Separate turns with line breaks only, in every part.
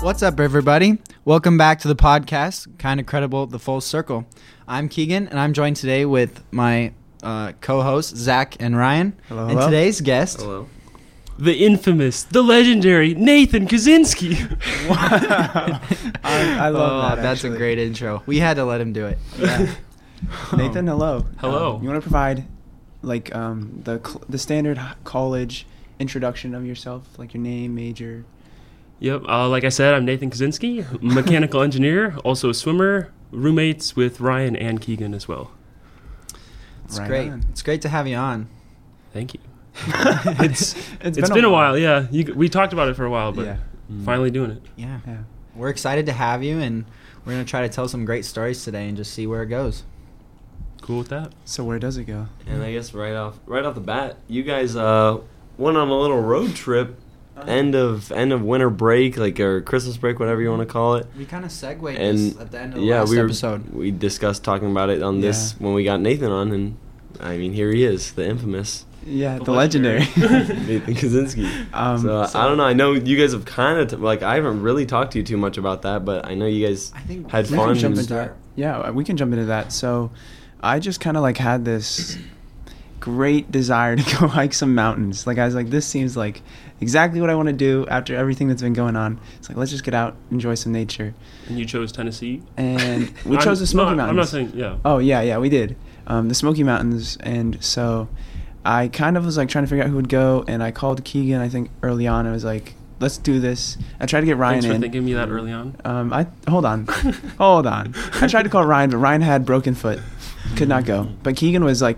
What's up, everybody? Welcome back to the podcast, Kind of Credible, The Full Circle. I'm Keegan, and I'm joined today with my uh, co hosts, Zach and Ryan.
Hello,
and
hello.
today's guest,
Hello.
the infamous, the legendary Nathan Kaczynski.
I, I love
Oh,
that.
That's a
actually.
great intro. We had to let him do it.
Nathan, hello.
Hello.
Um, you want to provide like um, the cl- the standard h- college introduction of yourself, like your name, major.
Yep. Uh, like I said, I'm Nathan Kaczynski, mechanical engineer, also a swimmer, roommates with Ryan and Keegan as well.
It's
Right
great.
on.
It's great to have you on.
Thank you. it's
It's
it's been, a while. Yeah, you, we talked about it for a while, but
Yeah.
finally doing it.
Yeah.
Yeah.
We're excited to have you, and we're going to try to tell some great stories today and just see where it goes.
Cool with that.
So where does it go?
And I guess right off right off the bat, you guys uh, went on a little road trip,
Uh-huh.
end of end of winter break, like or Christmas break, whatever you want to call it.
We kind of segued
And
this at the end of the
yeah,
last
we were,
episode.
we discussed talking about it on this when we got Nathan on, and I mean here he is, the infamous
Yeah, the,
The
legendary.
legendary.
Nathan Kaczynski.
um,
so,
so-
I don't know. I know you guys have kind of t- like I haven't really talked to you too much about that, but I know you guys
I think
had
we can
fun.
jump
and-
into that. Yeah, uh, we can jump into that. So, I just kind of like had this great desire to go hike some mountains. Like I was like, this seems like exactly what I want to do after everything that's been going on. It's like let's just get out, enjoy some nature,
And you chose Tennessee.
and we
I'm-
chose the Smoky
no,
Mountains.
I'm not saying yeah.
Oh yeah, yeah, we did. Um, the Smoky Mountains, and so I kind of was like trying to figure out who would go, and I called Keegan. I think early on, I was like, "Let's do this." I tried to get Ryan
Thanks for
in.
thinking of me that early on.
Um, I hold on, hold on. I tried to call Ryan, but Ryan had broken foot, could not go. But Keegan was like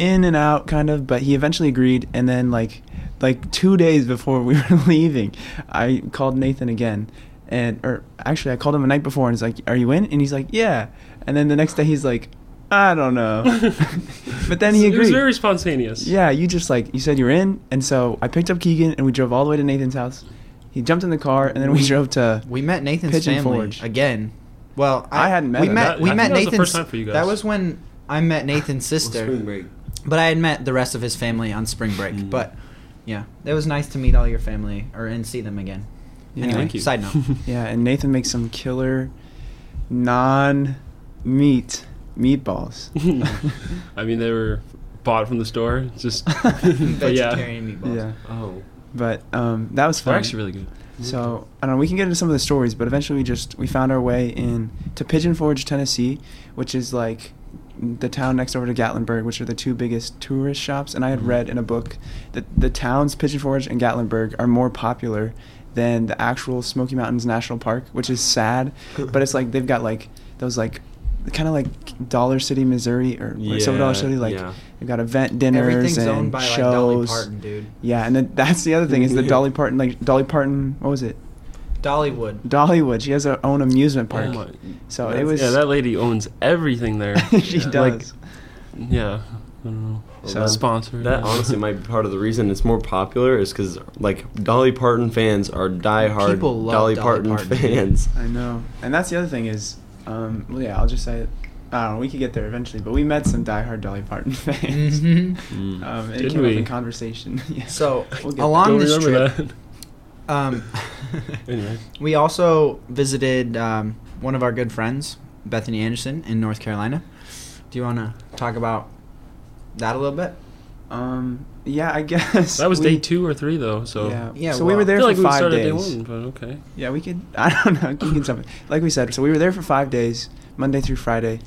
in and out, kind of. But he eventually agreed, and then like like two days before we were leaving, I called Nathan again, and or actually I called him the night before, and he's like, "Are you in?" And he's like, "Yeah." And then the next day he's like, "I don't know," but then he
It was
agreed.
very spontaneous.
Yeah, you just like you said you were in, and so I picked up Keegan, and we drove all the way to Nathan's house. He jumped in the car, and then we drove to
We met Nathan's
Pigeon
family
Forge.
again. Well,
I hadn't met
We
him.
met.
That-
we
I
met
think that was
Nathan's.
the first time for you guys.
That was when I met Nathan's sister, but I had met the rest of his family on spring break.
Mm.
But yeah, it was nice to meet all your family or and see them again.
Yeah.
anyway,
Thank you.
side note.
Yeah, and Nathan makes some killer non meat meatballs.
I mean, they were bought from the store. Just but yeah,
Vegetarian meatballs.
yeah,
Oh,
but um, that was
they're
fun.
actually really good.
so I don't know. We can get into some of the stories, but eventually we just we found our way in to Pigeon Forge, Tennessee, which is like the town next over to Gatlinburg, which are the two biggest tourist shops. And I had
Mm-hmm.
read in a book that the towns Pigeon Forge and Gatlinburg are more popular than the actual Smoky Mountains National Park, which is sad. but it's like they've got like those like kind of like Dollar City, Missouri, or like Silver Dollar
Yeah,
City. Like
yeah.
they've got event dinners
Everything's
and
owned by like Dolly
shows.
Parton, dude.
Yeah, and then that's the other thing is the Dolly Parton, like Dolly Parton, what was it?
Dollywood.
Dollywood. She has her own amusement
Oh
park.
my-
so it
that's-
was.
yeah. That lady owns everything there.
she
Yeah.
does.
Like, yeah, I don't know.
So
Well, sponsor.
That
yeah.
honestly might be part of the reason it's more popular is because like Dolly Parton fans are diehard
People love
Dolly,
Dolly
Parton,
Parton.
fans.
I know, and that's the other thing is, um, well, yeah, I'll just say, it. I don't know. We could get there eventually, but we met some diehard Dolly Parton fans.
Mhm.
Mm.
Um, it
Did
came up
we?
in conversation. yeah.
So,
We'll get
along-
Don't
on this
remember
trip- Um,
that. anyway,
We also visited um, one of our good friends, Bethany Anderson, in North Carolina. Do you want to talk about that a little bit?
there. Um, yeah, I guess
that was
we-
day two or three though. So
Yeah.
Yeah,
so we
well-
were
I
there
feel
for
like we
five
started
days.
day one, but okay.
Yeah, we could. I don't know. You can something. Like we said, so we were there for five days, Monday through Friday,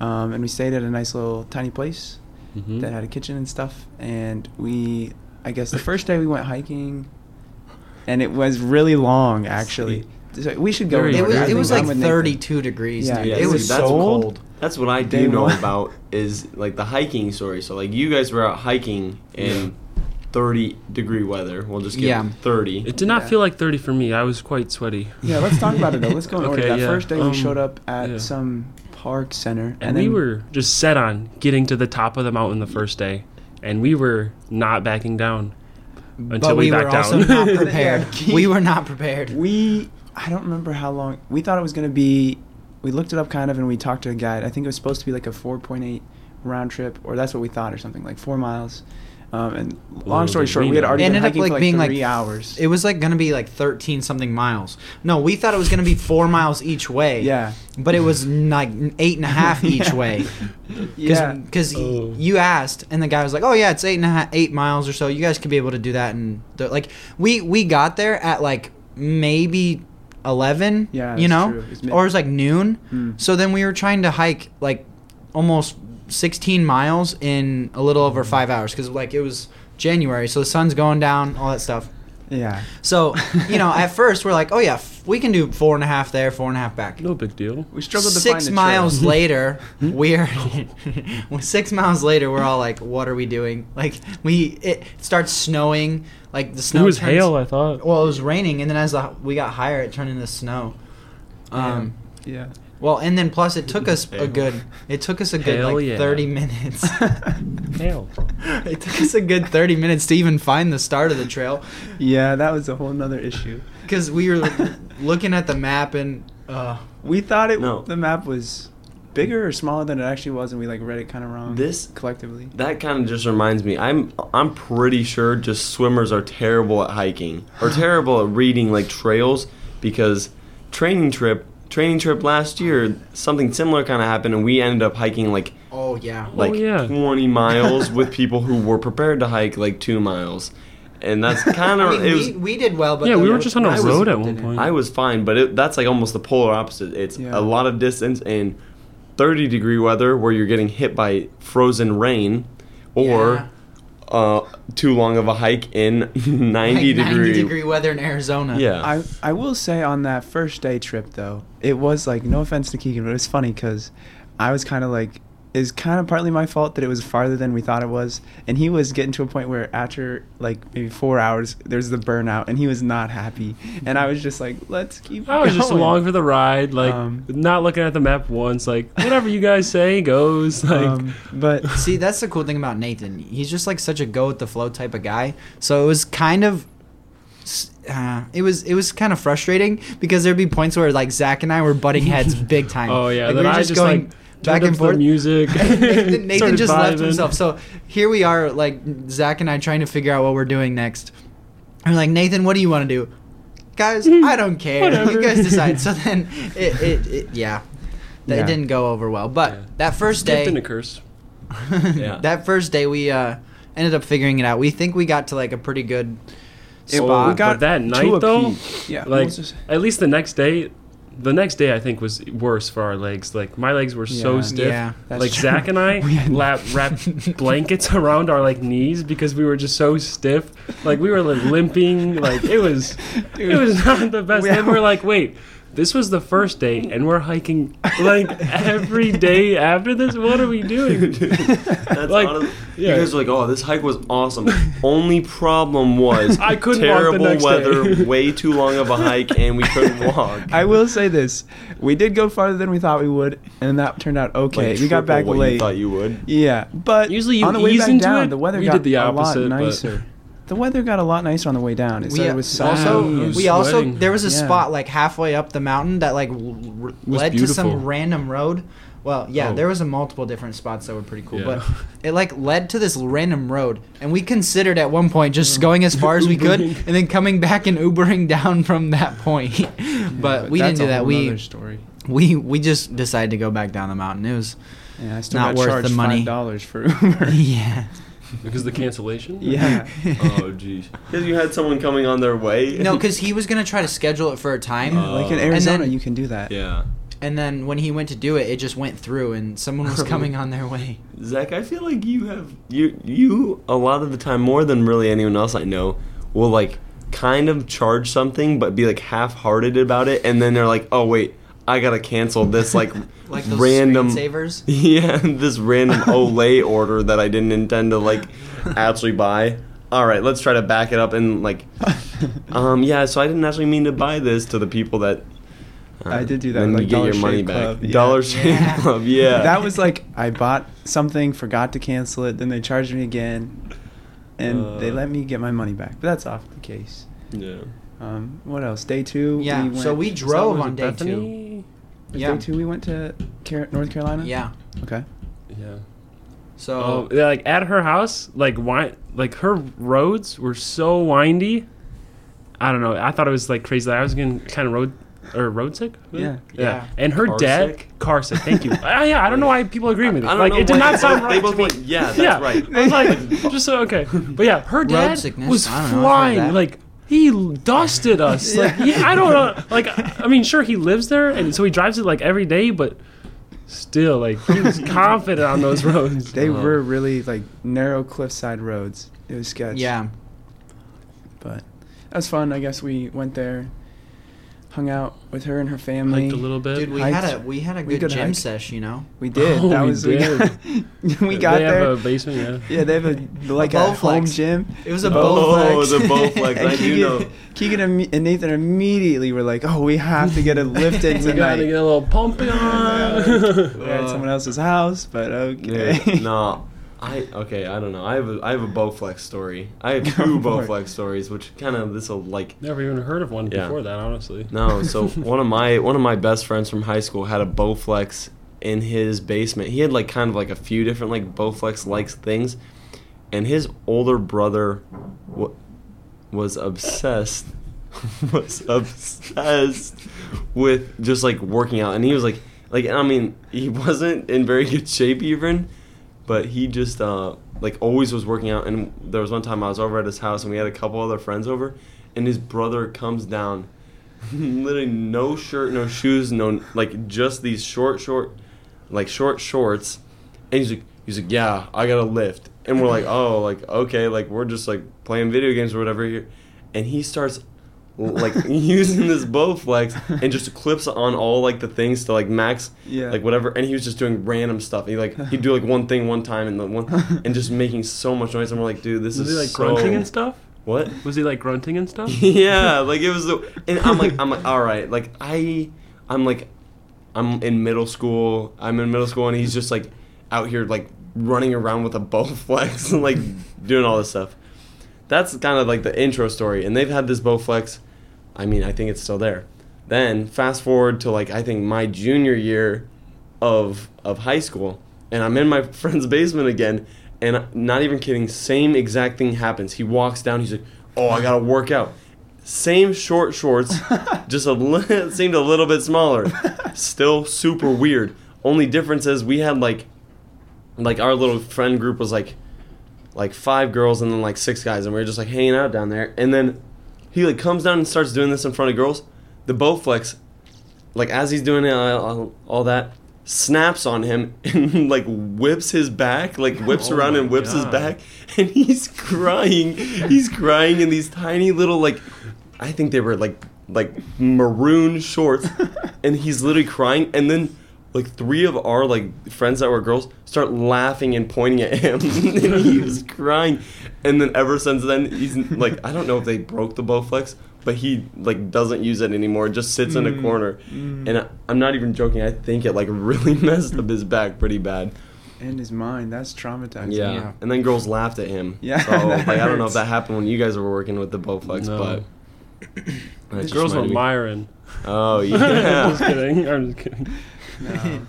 um, and we stayed at a nice little tiny place
Mhm.
that had a kitchen and stuff. And we, I guess, the first day we went hiking, and it was really long. Actually, so we should go.
Very
in
It
order.
was,
Yeah,
I
it
think
was
I'm
like
with Nathan.
32 degrees,
Yeah,
dude.
yeah,
It
dude,
was
that's
so
cold.
cold.
That's what I do
Day
know
one.
about is like the hiking story. So like you guys were out hiking in 30 degree weather. We'll just give
Yeah.
30.
It did not
Yeah.
feel like thirty for me. I was quite sweaty.
Yeah, let's talk about it though. Let's go in order.
Okay,
That
yeah.
first day
Um,
we showed up at
yeah.
some park center, and,
and
then
we were just set on getting to the top of the mountain the first day, and we were not backing down until
but we, were
backed
also
down.
not prepared.
Yeah.
we were not prepared.
We I don't remember how long we thought it was gonna be. We looked it up kind of and we talked to a guide. I think it was supposed to be like a 4.8 round trip, or that's what we thought, or something like four miles. Um, and
Ooh,
long story
the
short, we had
Reno.
already
It
been
ended up
hiking
like
for like
being like
three hours.
It was like gonna be like thirteen something miles. No, we thought it was gonna be four miles each way.
yeah,
but it was n- like eight and a half each
Yeah.
way.
yeah.
Because
Oh.
you asked, and the guy was like, "Oh yeah, it's eight and a half, eight miles or so. You guys could be able to do that." And th- like we we got there at like maybe eleven.
Yeah,
you
that's
know,
true. It was mid-
or it was like noon.
Mm.
So then we were trying to hike like almost sixteen miles in a little over five hours because like it was January, so the sun's going down, all that stuff.
Yeah.
So you know, at first we're like, "Oh yeah, f- we can do four and a half there, four and a half back."
No big deal.
We struggled to find
six
the trail.
miles later we're well, six miles later we're all like what are we doing like we it starts snowing like the
It
snow
was
turns-
hail, I thought.
well it was raining and then as the, we got higher it turned into snow um
Yeah.
well and then plus it took us a
Hail.
good it took us a good
Hell
like
yeah.
30 minutes
Hail.
it took us a good 30 minutes to even find the start of the trail
yeah, that was a whole nother issue.
because we were looking at the map and uh
We thought it
No.
the map was bigger or smaller than it actually was, and we like read it kind of wrong.
This-
collectively.
That kind of just reminds me. I'm I'm pretty sure just swimmers are terrible at hiking or terrible at reading like trails because training trip training trip last year something similar kind of happened and we ended up hiking like
oh yeah
like
yeah.
20 miles with people who were prepared to hike like 2 miles. And that's kind of
I mean,
it
we,
was
we did well but
yeah,
the-
we were just on
I
a
was-
road at one point.
I was fine, but it, that's like almost the polar opposite. It's
Yeah.
a lot of distance in 30 degree weather where you're getting hit by frozen rain or uh, too long of a hike in 90,
like
degree.
weather in Arizona.
Yeah.
I I will say on that first day trip though, it was like no offense to Keegan, but it was funny because I was kind of like is kind of partly my fault that it was farther than we thought it was, and he was getting to a point where after like maybe four hours, there's the burnout, and he was not happy, and I was just like, let's keep.
I was just
going."
along for the ride, like
Um,
not looking at the map once, like whatever you guys say goes. Like
Um, but
See, that's the cool thing about Nathan. He's just like such a go with the flow type of guy. So it was kind of. s- Uh, it was it was kind of frustrating because there'd be points where like Zach and I were butting heads big time.
oh yeah,
like,
then I just, like
back and forth.
the music.
Nathan, Nathan
started
just left
vibing.
himself. So here we are, like Zach and I trying to figure out what we're doing next. I'm like, Nathan, what do you want to do? Guys, I don't care. you
Whatever.
guys decide. So then, it, it, it yeah, that
Yeah.
didn't go over well. But
Yeah.
that first
Gift and a
day,
curse.
Yeah.
that first day, we uh, ended up figuring it out. We think we got to like a pretty good
It- we
spot.
got
but that
to
night
a
though,
peak. yeah,
like
we'll just-
at least the next day, the next day I think was worse for our legs. Like my legs were so
Yeah.
stiff.
yeah,
that's
like
true.
Zach and I
We had-
lap, wrapped blankets around our like knees because we were just so stiff. Like we were like limping. Like it was, it was not the best.
We-
and we're like, wait, this was the first day, and we're hiking like every day after this. What are we doing?
That's
Like,
honest-
yeah.
You guys were like, "Oh, this hike was awesome." Only problem was
I couldn't walk the
terrible
next
weather,
day.
way too long of a hike, and we couldn't walk.
I will say this: we did go farther than we thought we would, and that turned out okay.
Like,
we got
triple
back
what
late.
You thought you would.
Yeah, but
Usually you
on the way
ease
back
into
down,
it.
the weather
We
got
did the
a
opposite,
lot
but-
nicer. The weather got a lot nicer on the way down. It
We
said it was
uh, also
sunny
Wow.
and-
we also
Sweating.
there was a
Yeah.
spot like halfway up the mountain that like w- w-
Was
led to some
beautiful.
random road. Well, yeah,
Oh.
there was a multiple different spots that were pretty cool,
Yeah.
but it like led to this random road, and we considered at one point just going as far as we could, and
Ubering.
then coming back and Ubering down from that point. but, we didn't
that's
do
a
that.
whole
We
nother story.
we we just decided to go back down the mountain. It was
Yeah, I still
not
got
worth
charged
the money.
Five dollars for Uber.
yeah.
Because the cancellation.
yeah,
Oh, jeez. Because you had someone coming on their way.
No, because he was gonna try to schedule it for a time,
Uh,
like in
And
Arizona,
then-
you can do that.
Yeah.
and then when he went to do it, it just went through, and someone was coming on their way.
Zach, I feel like you have you you a lot of the time more than really anyone else I know will like kind of charge something but be like half-hearted about it, and then they're like, "Oh wait, I gotta cancel this like,
like those
random
screensavers.
yeah this random Olay order that I didn't intend to like actually buy." All right, let's try to back it up and like, um, yeah. So I didn't actually mean to buy this to the people that. uh,
I did do that
Then
with,
you
like, Dollar
get your money
Shave
back.
Club, yeah.
Dollar Shave
Yeah.
Club, yeah.
that was like I bought something, forgot to cancel it, then they charged me again, and
Uh.
they let me get my money back. But that's off the case.
yeah.
Um, what else? Day two.
Yeah,
We went,
so we drove on day two.
Bethany?
was
Yeah.
Day two, we went to Car- North Carolina.
Yeah.
Okay.
Yeah.
So
Oh, yeah, like at her house, like why, like her roads were so windy. I don't know. I thought it was like crazy. Like, I was getting kind of road or road sick.
Yeah.
Yeah.
And her
Car
dad,
sick?
car sick. Thank you. uh, yeah, I don't know why people agree with me.
I don't
Like
know
it did
why
not
they
sound
both-
right.
They both
to me.
went, yeah, that's
yeah,
right.
I was like, just so okay, but yeah, her dad
sickness?
was
I don't know, I've heard
flying.
that.
Like he l- dusted us. Like yeah, I don't know. Like I mean, sure, he lives there, and so he drives it like every day, but still, like he was confident on those roads.
They
Oh.
were really like narrow cliffside roads. It was sketch.
yeah,
But that was fun. I guess we went there, hung out with her and her family.
Hiked a little bit.
dude, we
Hiked.
had a we had a
We
good,
could
gym
hike.
sesh, you know.
We did.
Oh,
that
we
was we got- we got
they
there.
have a basement, yeah.
yeah, they have a like
A
a,
Bowflex.
home gym.
It was a
Oh,
Bowflex.
the Bowflex.
And
I do know.
Keegan, Keegan imme- and Nathan immediately were like, "Oh, we have to get a lift in
We gotta
tonight."
get a little pumping on.
We're at someone else's house, but okay.
Uh, Yeah, no, I okay. I don't know. I have a I have a Bowflex story. I have
Go
two
for it.
Bowflex stories, which kind of this will like
Never even heard of one
Yeah.
before that, honestly.
no. So one of my one of my best friends from high school had a Bowflex in his basement. He had like kind of like a few different like Bowflex like things, and his older brother wa was obsessed was obsessed with just like working out, and he was like like I mean he wasn't in very good shape even, but he just uh like always was working out. And there was one time I was over at his house, and we had a couple other friends over, and his brother comes down literally no shirt, no shoes, no like just these short, short, like short shorts. And he's like, he's like, yeah, I gotta lift. And we're like, oh, like okay, like we're just like playing video games or whatever here. And he starts like using this Bowflex and just clips on all like the things to like max,
Yeah.
like whatever. And he was just doing random stuff. He like he'd do like one thing one time and the one and just making so much noise. And we're like, dude, this
Was
is
he like
so-
grunting and stuff?
What?
Was he like grunting and stuff?
yeah, like it was. The, and I'm like, I'm like, all right, like I, I'm like, I'm in middle school. I'm in middle school, and he's just like out here like running around with a Bowflex and like doing all this stuff. That's kind of like the intro story, and they've had this Bowflex. I mean, I think it's still there. Then fast forward to like I think my junior year of of high school, and I'm in my friend's basement again, and I- not even kidding, same exact thing happens. He walks down, he's like, "Oh, I gotta work out." Same short shorts, just a li- seemed a little bit smaller. Still super weird. Only difference is we had like, like our little friend group was like, like five girls and then like six guys, and we were just like hanging out down there. And then he like comes down and starts doing this in front of girls. The Bowflex like as he's doing it, all, all- all that snaps on him and like whips his back, like whips
Oh
around
my
and whips his
God.
back, and he's crying. he's crying in these tiny little like, I think they were like like maroon shorts, and he's literally crying. And then like three of our like friends that were girls start laughing and pointing at him, and he was crying. And then ever since then, he's like I don't know if they broke the Bowflex. But he like doesn't use it anymore. Just sits in a
Mm.
corner,
Mm.
and I, I'm not even joking. I think it like really messed up his back pretty bad.
and his mind. That's traumatizing.
Yeah.
Yeah.
And then girls laughed at him.
Yeah,
So like,
that
I don't know if
hurts.
that happened when you guys were working with the Bowflex,
No.
but. That
The
just
girls were
reminded me.
Myron.
Oh
just
yeah.
kidding. I'm just kidding.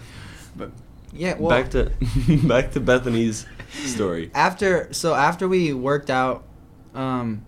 No.
yeah. Well,
back to back to Bethany's story.
after so after we worked out, um,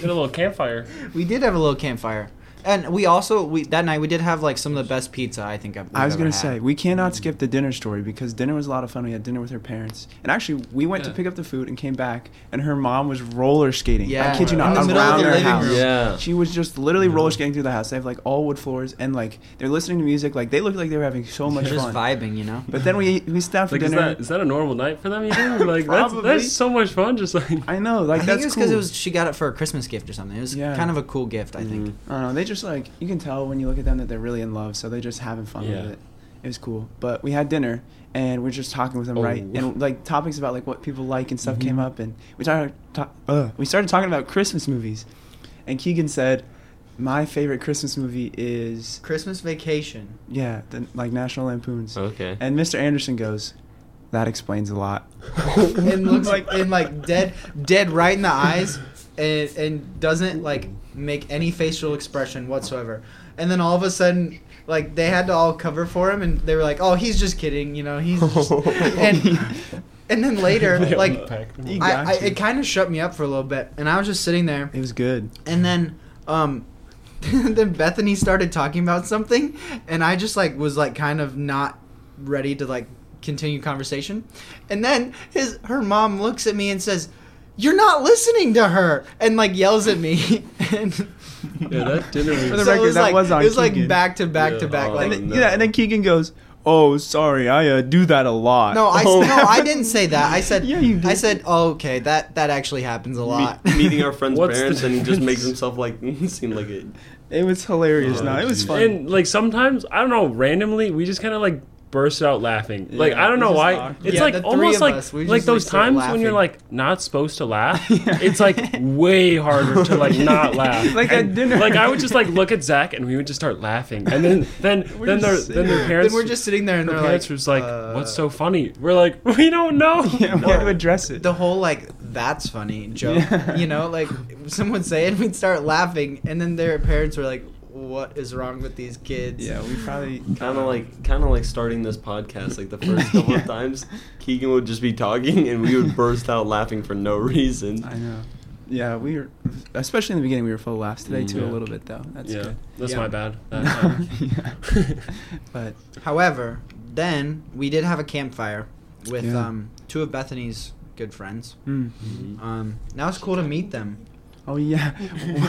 Get a little campfire.
we did have a little campfire, and we also we that night we did have like some of the best pizza I think I've. we've
I was
ever
gonna
had.
say we
Mm.
cannot skip the dinner story because dinner was a lot of fun. We had dinner with her parents, and actually we went
Yeah.
to pick up the food and came back, and her mom was roller skating.
Yeah.
I kid you
In
not,
the
around
middle of the
their
living
house.
room.
Yeah.
She was just literally roller skating through the house. They have like all wood floors, and like they're listening to music. Like they looked like they were having so much
Just
fun.
vibing, you know.
But then we we stopped for
Like, is
dinner.
that, is that a normal night for them? You think? Like, that's,
Probably.
that's so much fun. Just like,
I know, like
I think
that's
it was
cool.
because it was she got it for a Christmas gift or something. It was
Yeah. Mm-hmm.
kind of a cool gift, I think.
Mhm.
I don't know. They just like you can tell when you look at them that they're really in love, so they're just having fun
Yeah.
with it. It was cool, but we had dinner and we're just talking with them, right?
Oh.
And like topics about like what people like and stuff came up, and we started ta- uh, we started talking about Christmas movies, and Keegan said, "My favorite Christmas movie is
Christmas Vacation.
yeah, the, like National Lampoon's."
Okay.
And Mr. Anderson goes, "That explains a lot."
and looks like and like dead dead right in the eyes and and doesn't like make any facial expression whatsoever and then all of a sudden like they had to all cover for him, and they were like, "Oh, he's just kidding," you know. He's just... and and then later, like
He got
I, I
you.
it kind of shut me up for a little bit, and I was just sitting there,
It was good.
and then um, then Bethany started talking about something, and I just like was like kind of not ready to like continue conversation, and then his her mom looks at me and says. You're not listening to her, and like yells at me, and
yeah, that dinner
For the
was.
so it
record,
was
that
like,
was on
It was like
Keegan.
back to back to
Yeah.
back.
Oh,
like
and then,
no.
Yeah, and then Keegan goes, "Oh, sorry, I uh, do that a lot."
no, I
oh.
no, I didn't say that. I said
Yeah, you did.
I said oh, okay. That that actually happens a lot.
Me- meeting our friend's
What's the
parents, and he just makes
difference?
himself like seem like it.
It was hilarious.
Oh,
no, it was
geez.
fun.
And like sometimes I don't know, randomly we just kind of like burst out laughing. like
Yeah,
I don't know
it's just
why.
awkward.
It's
Yeah, the
like
three
almost
of
like
us, we
like
just, like,
those
start
times when you're
laughing.
like not supposed to laugh. It's like way harder to like not laugh.
Like at dinner.
Like I would just like look at Zach and we would just start laughing, and then then
We're
then
just
their
sitting
then their
there.
parents
then we're just sitting there and
their
they're
parents
like,
was like,
uh,
"What's so funny?" We're like, "We don't know."
yeah, we had to address it.
the whole like that's funny joke
Yeah.
you know like someone would say it and we'd start laughing and then their parents were like what is wrong with these kids
yeah, we probably
Kind of like, kind of like starting this podcast. Like the first couple
Yeah.
of times, Keegan would just be talking, and we would burst out laughing for no reason.
I know. Yeah, we were, especially in the beginning, we were full of laughs today too.
Yeah.
A little bit though. That's
yeah,
good.
that's
Yeah.
my bad. That time.
yeah. But
however then we did have a campfire with
Yeah.
um, two of bethany's good friends
mm.
um, now it's cool to meet them
oh yeah,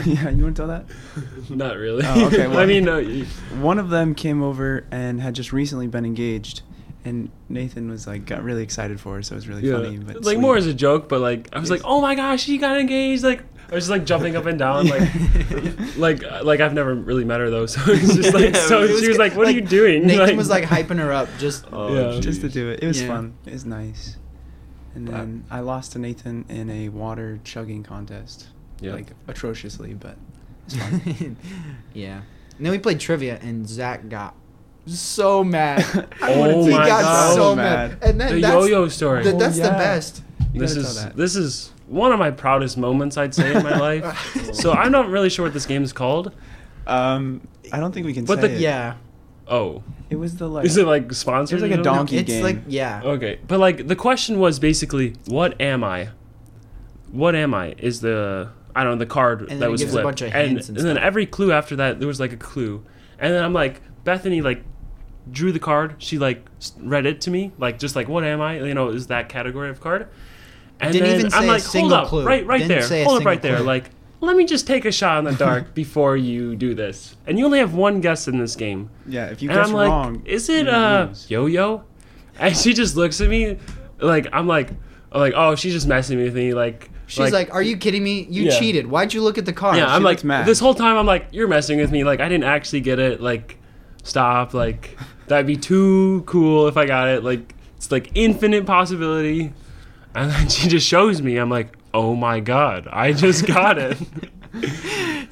yeah. You want to tell that?
Not really.
Oh, okay, well-
I mean, uh, no, you-
One of them came over and had just recently been engaged, and Nathan was like got really excited for her, so it was really funny. But
like
sweet.
more as a joke, but like I was like, oh my gosh, she got engaged. Like I was just like jumping up and down, like like uh, like I've never really met her though, so it's just like
Yeah,
so
it was
she was like, what are you doing?
nathan was like hyping her up just
Oh,
Um, Yeah.
just to
jeez.
do it. It was
Yeah.
fun. It was nice. And
But-
then I lost to Nathan in a water chugging contest,
yeah.
like atrociously, but it's fun.
yeah and then we played trivia and zach got so mad
I
Oh
wanted to-
he
my
got
God.
so mad. and then
the
that's,
yo-yo story.
th- that's
Oh,
the
yeah.
best
You
this
gotta tell
is
that.
this is one of my proudest moments I'd say in my life. so I'm not really sure what this game is called.
Um, I don't think we can
But
say
the-
it.
yeah
Oh,
It was the like.
is it like sponsored?
There's like
or
a
something?
donkey
it's
game.
like yeah
Okay, but like the question was basically, what am I? What am I? Is the I don't know the card
then
that
it
was
gives a
flipped,
bunch of
and,
hints and
then
stuff.
every clue after that there was like a clue, and then I'm like Bethany like drew the card. She like s- read it to me like just like what am I? You know, is that category of card? And
Didn't
then
even
I'm
say a
like, hold
single
up,
clue.
right, right
Didn't say
there,
a
hold up,
single
right there,
clue.
like. Let me just take a shot in the dark before you do this. And you only have one guess in this game
yeah, if you
and
guess
I'm like,
wrong,
is it
you
uh
lose.
yo yo? And she just looks at me, like I'm like, I'm like oh she's just messing with me, like
She's like, "Are you kidding me? You
Yeah.
cheated. Why'd you look at the card?"
yeah, I'm
looks
like
mad.
this whole time I'm like you're messing with me, like I didn't actually get it, like stop, like that'd be too cool if I got it, like it's like infinite possibility, and then she just shows me, I'm like oh my god, I just got it.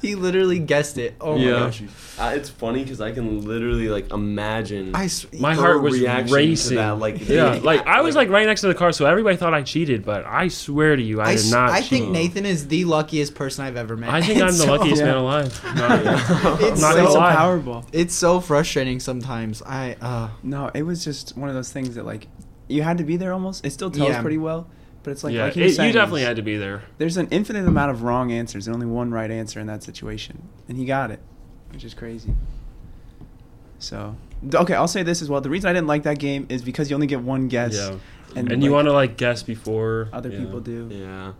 he literally guessed it. Oh my
Yeah.
gosh!
Uh, it's funny because I can literally like imagine.
I s-
My
her
heart was
reaction to
racing.
that, like,
yeah, like I was like right next to the car, so everybody thought I cheated, but I swear to you, I,
I,
did
s-
not.
I
cheat.
think Nathan is the luckiest person I've ever met.
I think I'm the
It's so-
luckiest
yeah.
man alive.
It's
Not
so,
gonna
it's a
lie.
Powerball.
It's so frustrating sometimes. I uh,
No, it was just one of those things that like you had to be there almost. It still tells
Yeah.
pretty well, but it's like
yeah,
like
it-
you, were saying,
you definitely
there's-
had to be there.
There's an infinite amount of wrong answers and only one right answer in that situation, and he got it, which is crazy. So th- okay, I'll say this as well. The reason I didn't like that game is because you only get one guess,
Yeah.
and,
And, you
like,
want to like guess before
other
yeah.
people do.
yeah.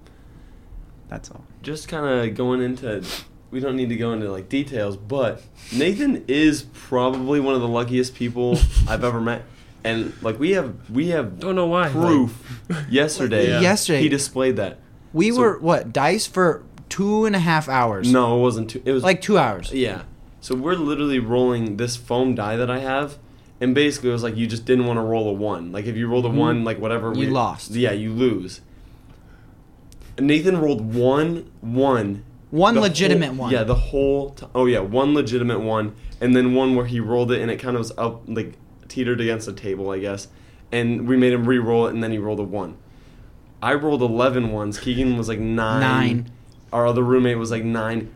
That's all.
Just kind of going into. We don't need to go into like details, but Nathan is probably one of the luckiest people I've ever met, and like we have we have
Don't know why.
proof.
like-
yesterday,
Yeah.
Yesterday.
he displayed that.
we
So-
were what dice for two and a half hours.
No, it wasn't too. It was
like two hours.
Yeah. So we're literally rolling this foam die that I have, and basically it was like you just didn't want to roll a one. Like if you rolled a one, like whatever.
Mm-hmm. You lost.
Yeah, you lose. And Nathan rolled one, one.
One
the
legitimate
whole-
one.
Yeah, the whole. T- oh yeah, one legitimate one, and then one where he rolled it and it kind of was up, like teetered against the table, I guess. And we made him re-roll it, and then he rolled a one. I rolled 11 ones. Keegan was like nine.
Nine.
Our other roommate was like nine.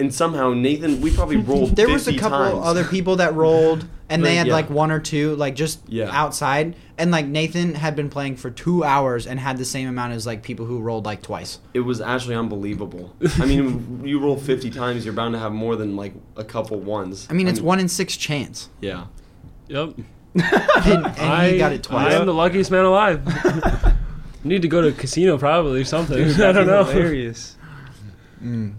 and somehow Nathan, we probably rolled.
There was a
50
couple
times.
other people that rolled, and
But,
they had
yeah.
like one or two, like just
Yeah.
outside. And like Nathan had been playing for two hours and had the same amount as like people who rolled like twice.
It was actually unbelievable. I mean, you roll fifty times, you're bound to have more than like a couple ones.
I mean, it's one in six chance,
Yeah.
Yep.
and, and he got it twice.
I'm the luckiest man alive. Need to go to a casino probably or something. I don't know.
Hilarious
Mm.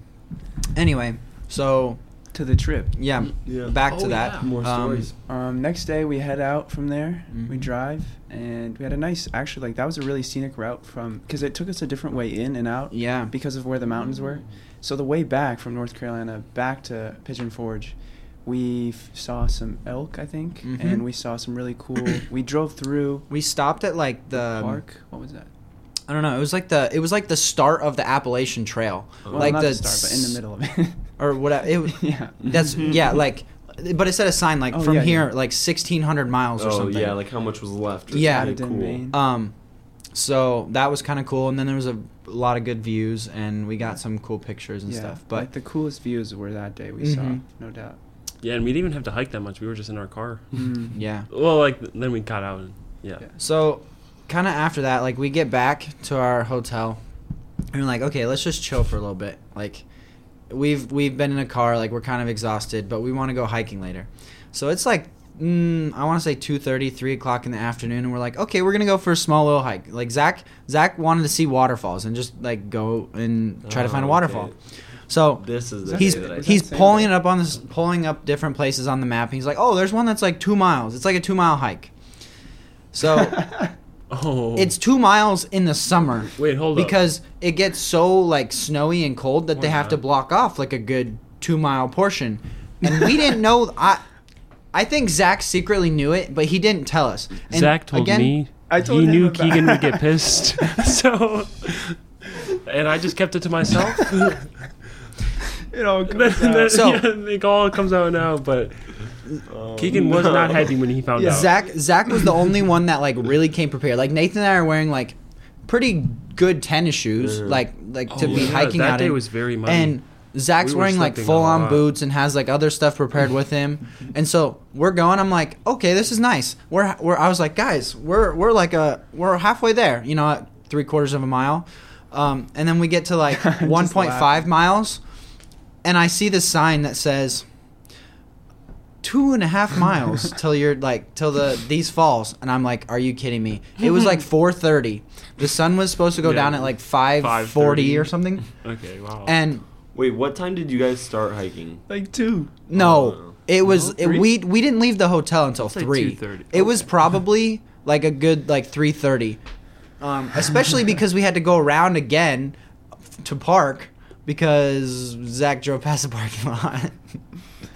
Anyway, so
to the trip.
yeah,
Yeah.
back to
Oh,
that.
yeah.
More
Um,
stories.
Um, next day we head out from there.
Mhm.
We drive and we had a nice, actually, like that was a really scenic route from because it took us a different way in and out
Yeah,
because of where the mountains were. So the way back from North Carolina back to Pigeon Forge, we f- saw some elk, I think,
Mhm.
and we saw some really cool. we drove through
we stopped at like the um,
park. What was that?
I don't know. It was like the it was like the start of the Appalachian Trail,
Oh. Well,
like
not
the
the start, but in the middle of it.
or whatever. It, was-
yeah.
that's yeah, like, but it said a sign like
Mm-hmm. Oh,
from
yeah,
here
yeah.
like sixteen hundred miles or
Oh
something.
yeah, like how much was left? It's
Yeah.
pretty
Added in Maine.
Um, so that was kind of cool, and then there was a lot of good views, and we got some cool pictures and
yeah.
stuff. But
like the coolest views were that day we
Mhm.
saw, no doubt.
Yeah, and we didn't even have to hike that much. We were just in our car.
Mm.
yeah,
Well, like then we got out. And, yeah.
Yeah.
so kind of after that, like we get back to our hotel, and we're like, okay, let's just chill for a little bit. Like we've we've been in a car, like we're kind of exhausted, but we want to go hiking later. So it's like. Mm, I want to say 2.30, 3 o'clock in the afternoon, and we're like, okay, we're gonna go for a small little hike. Like Zach, Zach wanted to see waterfalls and just like go and try to find a
Oh,
waterfall.
okay.
So
This is the
he's
day that I
he's
said.
pulling it up on this pulling up different places on the map. He's like, oh, there's one that's like two miles. It's like a two mile hike. So
Oh.
it's two miles in the summer
wait, hold up.
because it gets so like snowy and cold that they
Why
have to
not?
block off like a good two mile portion. And we didn't know. I I think Zach secretly knew it, but he didn't tell us. And
Zach told
again,
me
I told
he
him
knew
about-
Keegan would get pissed, so and I just kept it to myself.
It all
Then-
comes
then-
out.
So-
yeah, it all comes out now, but
Oh,
Keegan was
no.
not happy when he found
Yeah.
out.
Zach Zach was the only one that like really came prepared. Like Nathan and I are wearing like pretty good tennis shoes,
Mhm.
like like to
Oh,
be
yeah,
hiking
that
out
day
in.
was very muddy.
and Zach's
We were
wearing like
slipping a
full on
lot.
boots and has like other stuff prepared with him. And so we're going. I'm like, okay, this is nice. We're we're. I was like, guys, we're we're like a we're halfway there. You know, at three quarters of a mile. Um, and then we get to like
Just
1.5
laughing.
miles, and I see this sign that says two and a half miles till you're like till the these falls and i'm like are you kidding me it was like 4.30 the sun was supposed to go
Yeah.
down at like 5.40 or
5:30.
something
okay, wow.
and
Wait, what time did you guys start hiking?
like two.
no it was
Oh, No?
it, we we didn't leave the hotel until
It's like
3
2:30.
it was
Okay.
probably like a good like 3.30 um, especially because we had to go around again to park because zach drove past the parking lot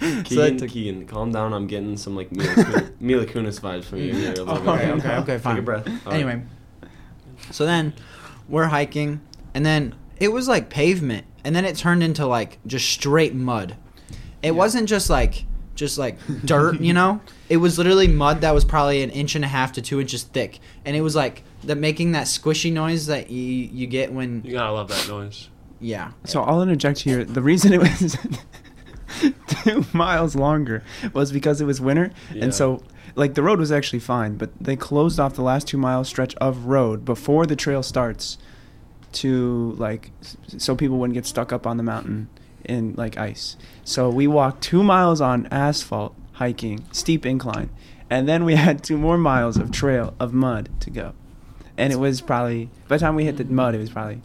So that
Keegan,
took-
Keegan, calm down. I'm getting some like Mila, Kun- Mila Kunis vibes from you. Here, a little bit.
Oh, okay, okay, okay, fine.
Take a breath. All right.
anyway, so then we're hiking, and then it was like pavement, and then it turned into like just straight mud. It wasn't just like just like dirt, you know. It was literally mud that was probably an inch and a half to two inches thick, and it was like the making that squishy noise that you you get when
you gotta love that noise.
yeah.
So I'll interject here. The reason it was two miles longer was because it was winter,
Yeah.
and so like the road was actually fine, but they closed off the last two mile stretch of road before the trail starts to like s- so people wouldn't get stuck up on the mountain in like ice. So we walked two miles on asphalt hiking, steep incline, and then we had two more miles of trail of mud to go. And it was probably by the time we hit the mud, it was probably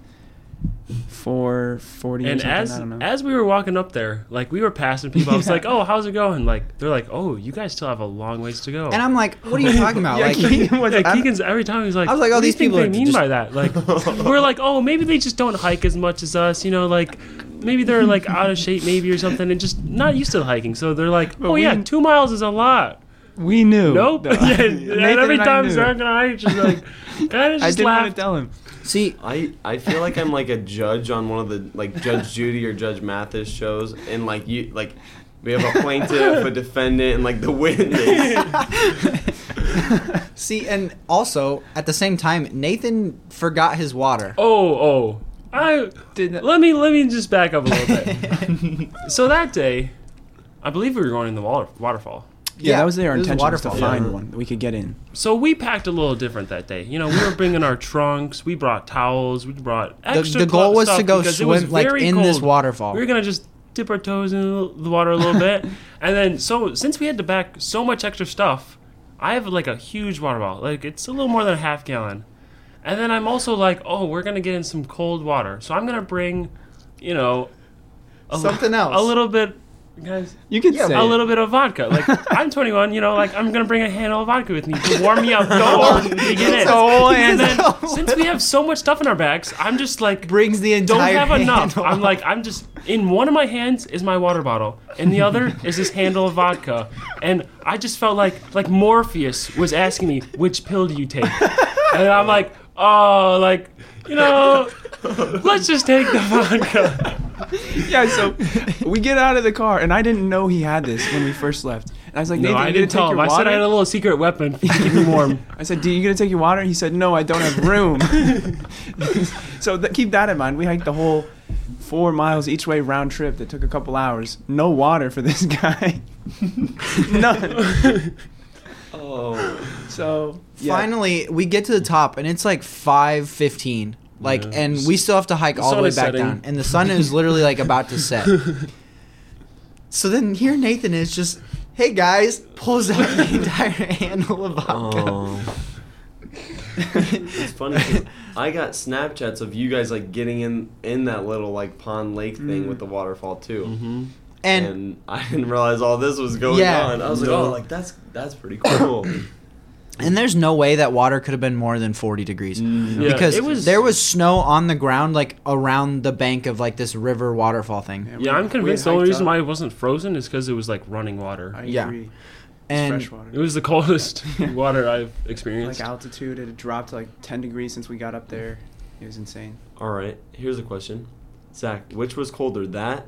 four forty or
And
something. I
as
don't know.
as we were walking up there, like we were passing people, I was
Yeah.
like, "Oh, how's it going?" Like they're like, "Oh, you guys still have a long ways to go."
And I'm like, what are you talking about?
Yeah,
like,
Keegan was-
yeah,
I-
Keegan's every time he's like,
I was like, oh,
"What do you
these people
think
are
they mean
just-
by that?" Like, we're like, "Oh, maybe they just don't hike as much as us," you know, like maybe they're like out of shape, maybe or something, and just not used to hiking. So they're like,
But
"Oh
we-
yeah, two miles is a lot."
we knew.
Nope.
No.
yeah,
Nathan
and every
and I
time
knew.
Zach and I just like kind of
I
just
didn't want
laughed.
to tell him.
see,
I, I feel like I'm like a judge on one of the like Judge Judy or Judge Mathis shows, and like you like we have a plaintiff, a defendant, and like the witness.
see, and also at the same time, Nathan forgot his water.
Oh, oh. I
Did that.
let me let me just back up a little bit. so that day, I believe we were going in the water, waterfall.
Yeah, that was their
it a
intention was to
waterfall.
find
Yeah.
one that we could get in.
So we packed a little different that day. You know, we were bringing our trunks. We brought towels. We brought
The,
extra.
the goal
clo-
was to
stuff
go
because it was
swim like
very
in this
cold.
waterfall.
We were gonna just dip our toes in the water a little bit, and then so since we had to back so much extra stuff, I have like a huge water bottle. Like it's a little more than a half gallon, and then I'm also like, oh, we're gonna get in some cold water, so I'm gonna bring, you know, a li-
Something else.
a little bit, guys,
You could say
a
it.
little bit of vodka. Like I'm 21, you know, like I'm gonna bring a handle of vodka with me to warm me up before we get in.
So
and then
little.
since we have so much stuff in our bags, I'm just like
brings the
don't
entire.
have enough.
handle.
I'm like, I'm just in one of my hands is my water bottle, and the other is this handle of vodka, and I just felt like like Morpheus was asking me which pill do you take, and I'm like, oh, like you know, let's just take the vodka.
Yeah, so we get out of the car, and I didn't know he had this when we first left. And I was like,
No,
Nathan,
I
you
didn't
didn't
tell
take
him.
your
I said I had a
water.
little secret weapon to keep me warm.
I said, "Do you gonna take your water?" He said, "No, I don't have room." so th- keep that in mind. We hiked the whole four miles each way round trip that took a couple hours. No water for this guy. None.
Oh.
So yeah.
Finally, we get to the top, and it's like five fifteen. Like,
Yeah.
and we still have to hike
The
all the
sun
way
is
back
setting.
down, and the sun is literally like about to set. So then here Nathan is just, hey guys, pulls out the entire handle of vodka.
Oh. it's funny. 'cause I got Snapchats of you guys like getting in in that little like pond lake thing with the waterfall too.
Mm. Mm-hmm.
and
And, I didn't realize all this was going
Yeah.
on. I was like,
No.
oh, like that's that's pretty cool.
and there's no way that water could have been more than forty degrees.
Yeah,
because
it was-
there was snow on the ground, like around the bank of like this river waterfall thing,
Yeah, we-
Yeah, I'm
we
convinced the only
hiked
reason
up.
why it wasn't frozen is because it was like running water.
I
Yeah.
agree. It's
and
fresh
It
water.
was the coldest water I've experienced.
Like altitude, it had dropped to like 10 degrees since we got up there. It was insane.
all right, here's a question, Zach. Which was colder, that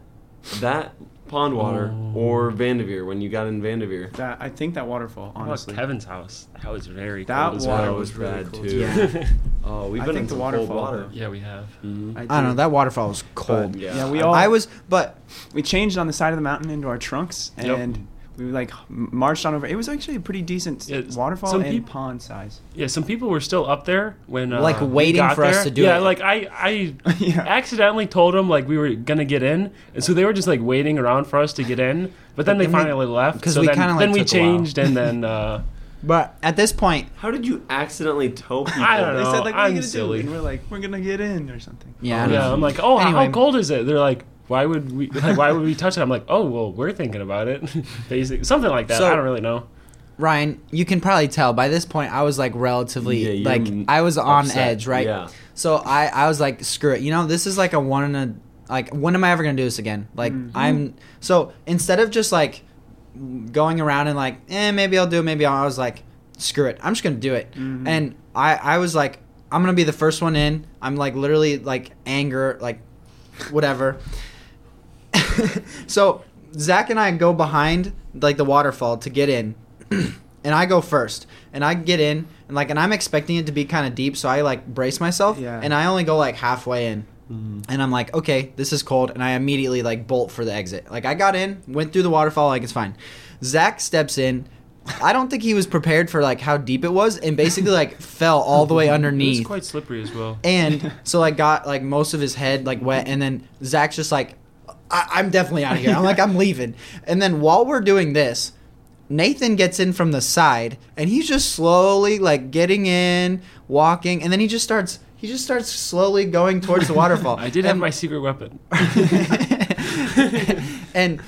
that pond water
Oh.
or Vanderveer when you got in Vanderveer?
That I think that waterfall,
What about
honestly.
Kevin's house? That was very
That
cold as
water
well.
was really
bad
cool,
too.
too.
Yeah.
Oh, we've
I
been in
think the
some cold
waterfall,
water.
though.
Yeah, we have.
Mhm.
I don't know.
did.
That waterfall was cold.
But,
Yeah.
yeah. we
I-
all
I was, but
we changed on the side of the mountain into our trunks
Yep.
and we like m- marched on over. It was actually a pretty decent
Yeah, s-
waterfall
some
and
peop-
pond size.
Yeah, some people were still up there when uh,
Like,
we
waiting
got
for us
there.
to do
yeah,
it.
like I, I
Yeah.
accidentally told them like we were gonna get in, and so they were just like waiting around for us to get in. But then they
then we-
finally left.
'cause
so
we
then,
kinda, like,
then we
took a while.
changed, and then uh,
but at this point,
How did you accidentally tell people?
I don't
They
know.
said like, "What are
I'm
you gonna
silly.
do?" And we're like, "We're gonna get in or something."
yeah, I don't
yeah,
know.
I'm like, oh, how
Anyway.
cold is it? They're like, why would we like why would we touch it? I'm like, oh, well, we're thinking about it, basically something like that.
So-
I don't really know.
Ryan, you can probably tell by this point I was like
Yeah,
relatively
you're
like
m-
I was on
upset.
edge, right?
Yeah.
So I I was like, screw it. You know, this is like a one in a like when am I ever gonna do this again? Like
Mm-hmm.
I'm so instead of just like going around and like, eh, maybe I'll do it, maybe I'll, I was like, screw it, I'm just gonna do it.
Mm-hmm.
And I I was like, I'm gonna be the first one in. I'm like literally like anger like whatever. so Zach and I go behind like the waterfall to get in, and I go first, and I get in, and like, and I'm expecting it to be kind of deep, so I like brace myself,
Yeah.
and I only go like halfway in, and I'm like, okay, this is cold, and I immediately like bolt for the exit. Like I got in, went through the waterfall, like it's fine. Zach steps in. I don't think he was prepared for like how deep it was, and basically like fell all the way
It's
underneath
quite slippery as well.
and so like got like most of his head like wet and then zach's just like I- i'm definitely out of here i'm like i'm leaving and then while we're doing this nathan gets in from the side and he's just slowly like getting in walking and then he just starts he just starts slowly going towards the waterfall
I did have
And-
my secret weapon.
and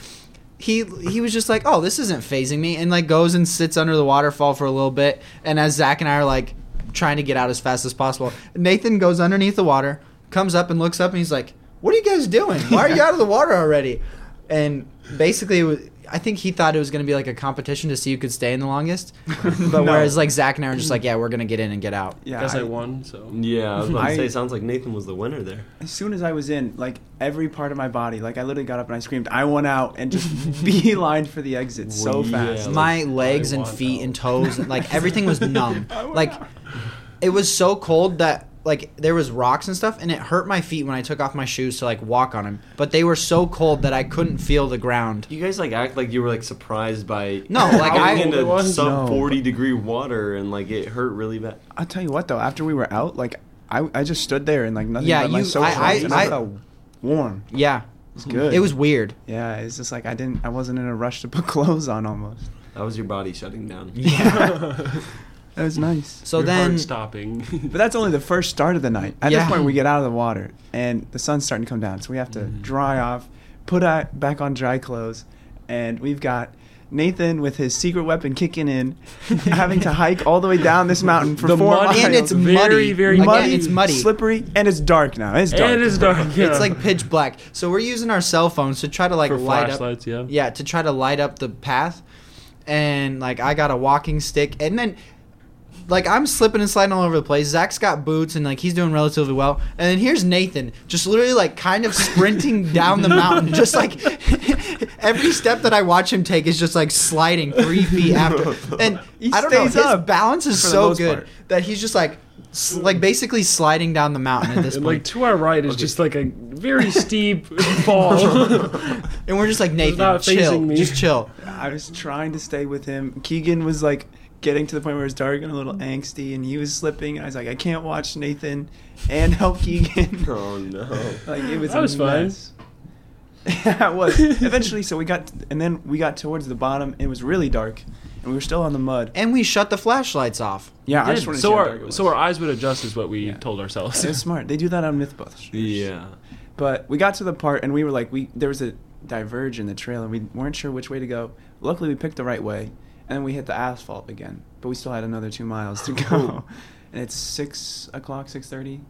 he he was just like, "Oh, this isn't phasing me," and like goes and sits under the waterfall for a little bit. And as Zach and I are like trying to get out as fast as possible, Nathan goes underneath the water, comes up and looks up, and he's like, "What are you guys doing? Why are you out of the water already?" And basically, it was, I think he thought it was going to be like a competition to see who could stay in the longest. But
No.
whereas like Zach and I are just like, "Yeah, we're going to get in and get out."
Yeah,
Guess I,
I-
won. So
Yeah, I was about to
I-
say. Sounds like Nathan was the winner there.
as soon as I was in, like every part of my body, like I literally got up and I screamed, "I went out!" and just beelined for the exit so
Well, yeah,
fast.
like-
my legs
I
and
want
feet
out.
and toes and like everything was numb
I want
like
out.
it was so cold that like there was rocks and stuff, and it hurt my feet when I took off my shoes to like walk on them. But they were so cold that I couldn't feel the ground.
You guys like act like you were like surprised by
No, like,
falling
I-
It
into
was-
sub
No.
forty degree water and like it hurt really bad.
I'll tell you what though, after we were out, like I, I just stood there and like nothing
Yeah,
but my
you-
social
I- I-
and I,
I-
felt warm.
Yeah,
It's good.
it was weird.
Yeah, it's just like I didn't I wasn't in a rush to put clothes on almost.
That was your body shutting down.
That was nice.
So
Your
then,
heart stopping.
But that's only the first start of the night. At
Yeah.
this point, we get out of the water and the sun's starting to come down, so we have to
Mm-hmm.
dry off, put our, back on dry clothes, and we've got Nathan with his secret weapon kicking in, having to hike all the way down this mountain for
The
four
mud-
miles.
and it's
Very,
muddy.
very
Again,
muddy,
It's muddy.
slippery, and it's dark now. It's dark.
and it's dark. yeah.
It's like pitch black. So we're using our cell phones to try to like
for
light up.
flashlights. Yeah.
Yeah, to try to light up the path. And like I got a walking stick and then like I'm slipping and sliding all over the place. Zach's got boots and like he's doing relatively well. And then here's Nathan just literally like kind of sprinting down the mountain. Just like every step that I watch him take is just like sliding three feet after. And
He
I don't know,
stays
his
up
balance is
for the
so
most
good
part.
that he's just like s- like basically sliding down the mountain at this
And
point.
like to our right is just like a very steep fall.
and we're just like Nathan,
not
chill,
phasing me."
just chill.
I was trying to stay with him. Keegan was like getting to the point where it was dark and a little
Mm-hmm.
angsty, and he was slipping. And I was like, I can't watch Nathan and help Keegan.
Oh no.
like it was.
That was
a
fun.
mess. yeah, it was. Eventually, so we got, and then we got towards the bottom. It was really dark, and we were still on the mud.
And we shut the flashlights off.
Yeah, I
Yeah,
just wanted to
so
see how dark it
our
was.
so our eyes would adjust is what we
Yeah.
told ourselves.
It's smart. They do that on MythBusters.
Yeah.
But we got to the part and we were like, we there was a diverge in the trail and we weren't sure which way to go. Luckily, we picked the right way, and then we hit the asphalt again. But we still had another two miles to go, and it's six o'clock, six thirty,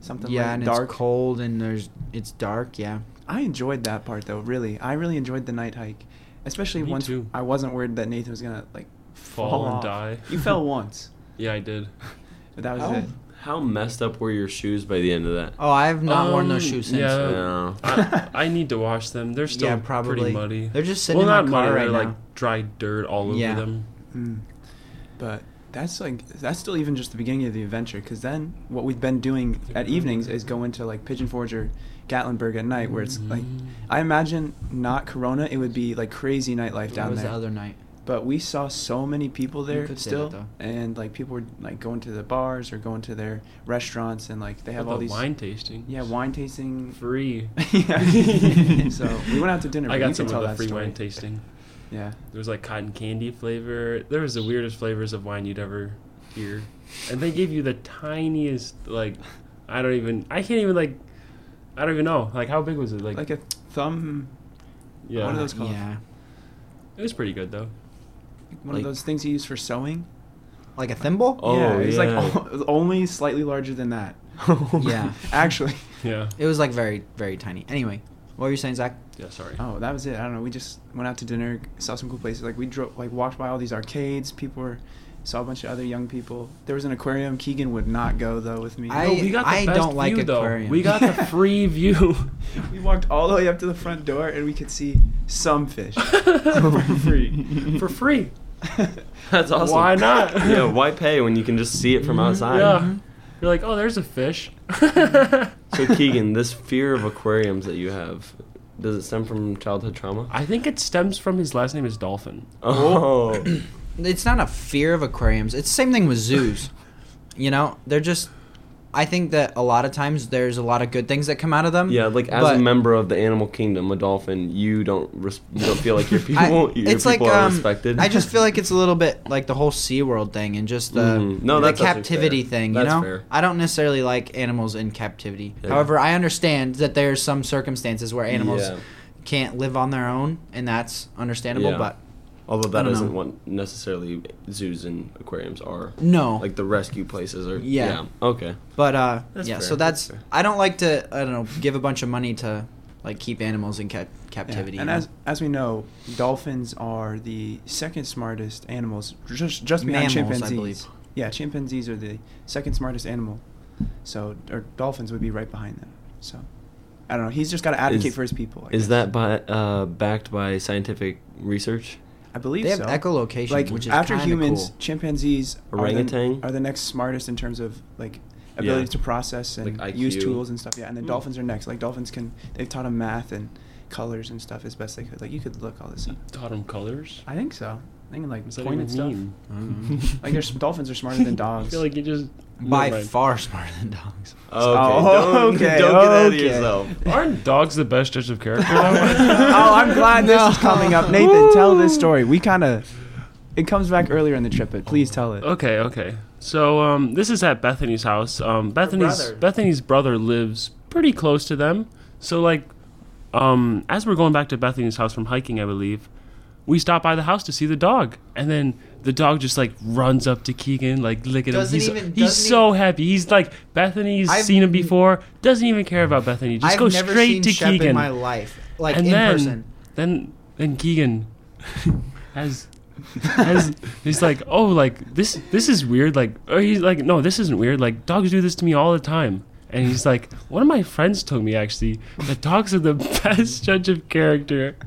something
yeah,
like
and
dark.
it's cold and there's it's dark. Yeah,
I enjoyed that part though. Really, I really enjoyed the night hike, especially
Me
once
too.
I wasn't worried that Nathan was gonna like
Fall and
off.
die.
You fell once,
yeah, I did.
but that was
How-
it.
How messed up were your shoes by the end of that?
Oh, I have not worn those
Um,
shoes since. Yeah,
yeah.
No.
I, I need to wash them. They're still
probably.
pretty muddy.
They're just sitting in my car
muddy,
right
they're
now.
like dry dirt all
Yeah.
over them.
Mm. But that's like that's still even just the beginning of the adventure because then what we've been doing at evenings is go into like Pigeon Forge or Gatlinburg at night where it's
Mm-hmm.
like I imagine not Corona it would be like crazy nightlife
that
down
was the
there.
other night.
but we saw so many people there
could say that,
still,
though.
and like people were like going to the bars or going to their restaurants and like they have
What
all
the
these
wine tasting.
yeah wine tasting.
free.
yeah. so we went out to dinner.
I
but you
got
can
some
tell
of the
that
free
story.
wine tasting.
Yeah.
There was like cotton candy flavor. There was the weirdest flavors of wine you'd ever hear, and they gave you the tiniest like, I don't even. I can't even like. I don't even know. Like, how big was it? Like,
Like a thumb,
yeah,
one of those called?
Yeah,
it was pretty good though.
one of
Like-
those things you use for sewing.
like a thimble.
Oh yeah. Oh.
it was like o- only slightly larger than that.
Yeah,
Actually.
Yeah.
it was like very very tiny. Anyway, what were you saying, Zach?
Yeah. Sorry.
Oh, that was it. I don't know. We just went out to dinner, saw some cool places. Like we drove, like walked by all these arcades. People were, saw a bunch of other young people. There was an aquarium. Keegan would not go though with me. Oh,
I-
No, we got the
I
best
don't like
view, though.
aquariums.
We got the free view.
we walked all the way up to the front door and we could see some fish for free.
for free.
That's awesome. Mm-hmm.
Why not?
yeah, why pay when you can just see it from outside?
Yeah. You're like, oh, there's a fish. I
So Keegan, this fear of aquariums that you have, does it stem from childhood trauma?
think it stems from his last name is Dolphin.
Oh.
It's not a fear of aquariums. It's the same thing with zoos. you know, they're just. I think that a lot of times there's a lot of good things that come out of them.
Yeah, like as
But-
a member of the animal kingdom, a dolphin, you don't res- you don't feel like your people
I-
your
it's
people
like
are
um,
respected.
I just feel like it's a little bit like the whole SeaWorld thing and just the,
Mhm. No,
the
that's actually
captivity
fair.
thing, you
That's
know?
fair.
I don't necessarily like animals in captivity.
Yeah.
However, I understand that there's some circumstances where animals
Yeah.
can't live on their own and that's understandable,
Yeah.
but
although
I
that
don't
isn't
know.
what necessarily zoos and aquariums are.
no.
Like the rescue places are.
Yeah.
Yeah. Okay.
but uh
That's
yeah,
fair.
so that's,
That's fair.
I don't like to I don't know, give a bunch of money to like keep animals in cap-
Yeah,
captivity.
And
you know?
as as we know, dolphins are the second smartest animals, just just behind
Mammals, I
chimpanzees.
believe.
Yeah, chimpanzees are the second smartest animal. So, or dolphins would be right behind them. So, I don't know. He's just got to advocate
Is-
for his people. I
Is
guess.
that by uh, backed by scientific research?
I believe
they have
so.
echolocation,
Like
which is
after
kinda
humans,
cool.
chimpanzees are the,
Orangutan?
are the next smartest in terms of like ability
Yeah.
to process and
Like
use
IQ.
tools and stuff. Yeah, and
Hmm.
then
Mm.
dolphins are next. Like dolphins can they've taught them math and colors and stuff as best they could. Like you could look all this. Up.
Taught him colors.
I think so. I think like
What's that
pointed
even
stuff.
mean?
Like there's dolphins are smarter than dogs.
I feel like you just
By
Never mind.
far smarter than dogs.
Oh,
don't,
okay,
don't get ahead of
okay.
yourself.
Aren't dogs the best judge of character?
oh, I'm glad this is
No.
coming up. Nathan, tell this story. We kind of it comes back earlier in the trip, but please tell it.
okay, okay. So um, this is at Bethany's house. Um, Bethany's
brother.
Bethany's brother lives pretty close to them. So like, um, as we're going back to Bethany's house from hiking, I believe, we stop by the house to see the dog, and then the dog just like runs up to Keegan, like licking
Doesn't
him. He's,
even-
he's
doesn't
so happy. He's like Bethany's
I've-
seen him before. Doesn't even care about Bethany. Just
I've
goes
never
straight
seen
to
Shep
Keegan.
in my life, like
and
in
then,
person.
Then then Keegan has has he's like, oh, like this this is weird. Like, or he's like, no, this isn't weird. Like dogs do this to me all the time. And he's like, one of my friends told me actually that dogs are the best judge of character.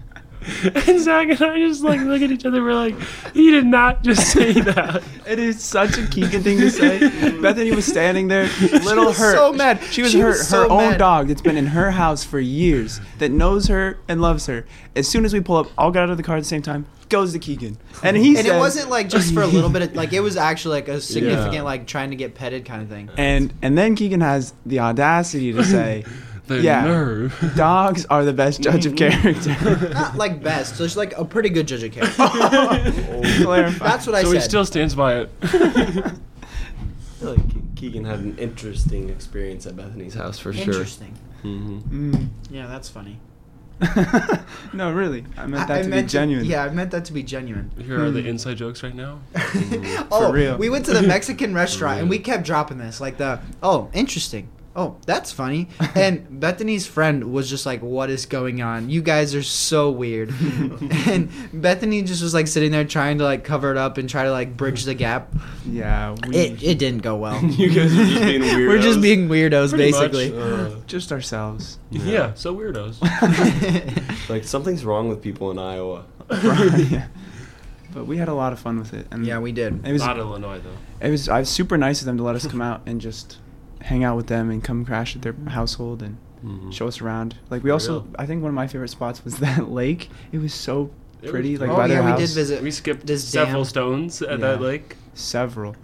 And Zach and I just like look at each other. We're like, he did not just say that.
It is such a Keegan thing to say. Bethany was standing there, little
was
hurt.
so mad.
She was
She
hurt.
was
her
so
own
mad.
dog that's been in her house for years, that knows her and loves her. As soon as we pull up, all got out of the car at the same time. Goes to Keegan, and he
and
says,
it wasn't like just for a little bit of, like it was actually like a significant
Yeah.
like trying to get petted kind of thing
and and then Keegan has the audacity to say,
The
Yeah.
nerve.
"Dogs are the best judge of character."
not like best just like a pretty good judge of character
Clarify.
that's what i
so he
said
still stands by it.
I feel like Ke- Keegan had an interesting experience at Bethany's house for sure.
interesting
hmm
Mm.
yeah that's funny
no, really, I meant that
I- I
to
meant
be genuine.
yeah i meant that to be genuine
Here are the inside jokes right now.
oh
Mm. real.
we went to the mexican restaurant
real.
and we kept dropping this like the oh interesting oh that's funny and bethany's friend was just like what is going on you guys are so weird and bethany just was like sitting there trying to like cover it up and try to like bridge the gap
Yeah, we
it, it didn't go well
You guys are just being weirdos.
We're just being weirdos,
Pretty much.
basically.
Uh,
just ourselves.
Yeah, so weirdos.
like something's wrong with people in Iowa.
yeah. But we had a lot of fun with it, and
yeah, we did.
it was
Not Illinois though.
it was I was super nice of them to let us come out and just hang out with them and come crash at their household and
Hmm.
show us around. Like we also
Mm. Real.
I think one of my favorite spots was that lake. It was so
It
pretty,
was
like
oh
by
yeah,
their
we
house.
did visit.
We skipped
this
several
dam.
stones at
Yeah.
that lake.
Several.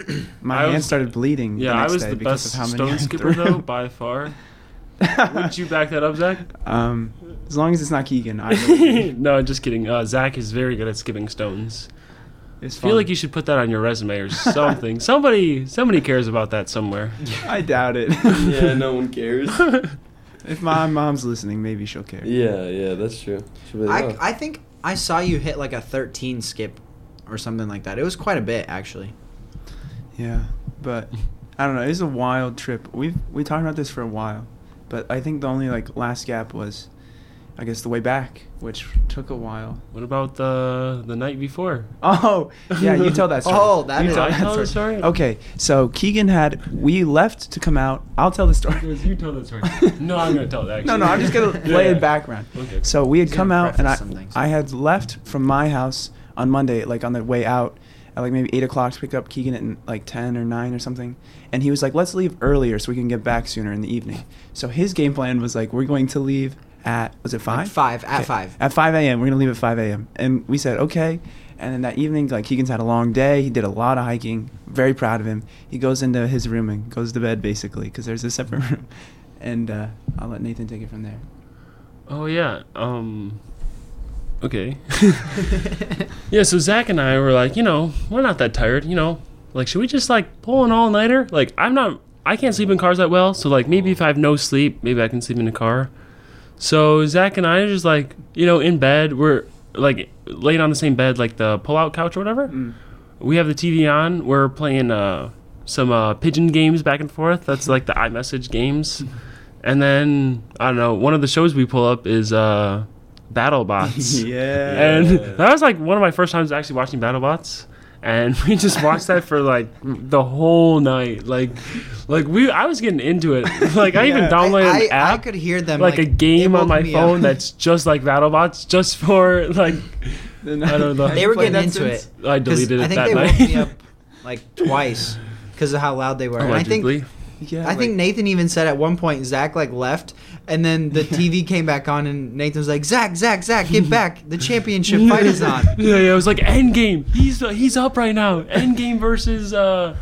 My
I
hand
was-
started bleeding.
Yeah,
the
I
next
was
day
the
because
best
of how many I
stone skipper
threw.
though by far. Would you back that up, Zach?
um, as long as it's not Keegan, I will.
no, just kidding. Uh, Zach is very good at skipping stones.
It's
I feel like you should put that on your resume or something. somebody, somebody cares about that somewhere.
I doubt it.
yeah, no one cares.
if my mom's listening, maybe she'll care.
yeah, yeah, that's true. Should be like,
I,
oh.
I think I saw you hit like a 13 skip or something like that. It was quite a bit actually.
Yeah, but I don't know. It was a wild trip. We've we talked about this for a while, but I think the only like last gap was, I guess, the way back, which took a while.
What about the the night before?
Oh, yeah, you tell that story.
Oh, that
you
is-
I
that's
tell the
right.
story.
Okay, so Keegan had we left to come out. I'll tell the
It
story.
was you tell that story. No, I'm gonna tell it. Actually.
No, no, I'm just gonna
Yeah,
lay
yeah.
in background.
Okay.
So we had
He's
come
gonna
out, and
preface
I,
some things.
I had left from my house on Monday, like on the way out, at like maybe eight o'clock to pick up Keegan at like ten or nine or something. And he was like, "Let's leave earlier so we can get back sooner in the evening." So his game plan was like, "We're going to leave at was it five?
Like five at
Okay.
five.
At five a.m. We're gonna leave at five a.m. And we said, "Okay." And then that evening, like Keegan's had a long day. He did a lot of hiking. Very proud of him. He goes into his room and goes to bed basically because there's a separate room. And uh, I'll let Nathan take it from there.
Oh yeah. Um. Okay. Yeah, so Zach and I were like, you know, we're not that tired, you know. Like, should we just like pull an all nighter? Like, I'm not, I can't sleep in cars that well. So like, maybe if I have no sleep, maybe I can sleep in a car. So Zach and I are just like, you know, in bed, we're like laid on the same bed, like the pull-out couch or whatever. We have the TV on. We're playing uh, some uh, pigeon games back and forth. That's like the iMessage games. And then I don't know. One of the shows we pull up is uh, BattleBots.
yeah.
And
Yeah.
that was like one of my first times actually watching BattleBots. And we just watched that for like the whole night. Like, like we, I was getting into it. Like I even
Yeah.
I,
downloaded
I,
an app,
I could hear them
like, a game
they woke
on my
me up.
phone that's just like BattleBots, just for like I don't know.
they were getting into it.
I
'Cause
deleted
I
it
think
that
they woke me
night.
up like twice because of how loud they were. And I think
Oh, Allegedly,
Yeah,
I think
like-
Nathan even said at one point Zach like left, and then the TV came back on, and Nathan was like, "Zach, Zach, Zach, get back! The championship fight is on."
Yeah, yeah. It was like Endgame. He's he's up right now. Endgame versus uh.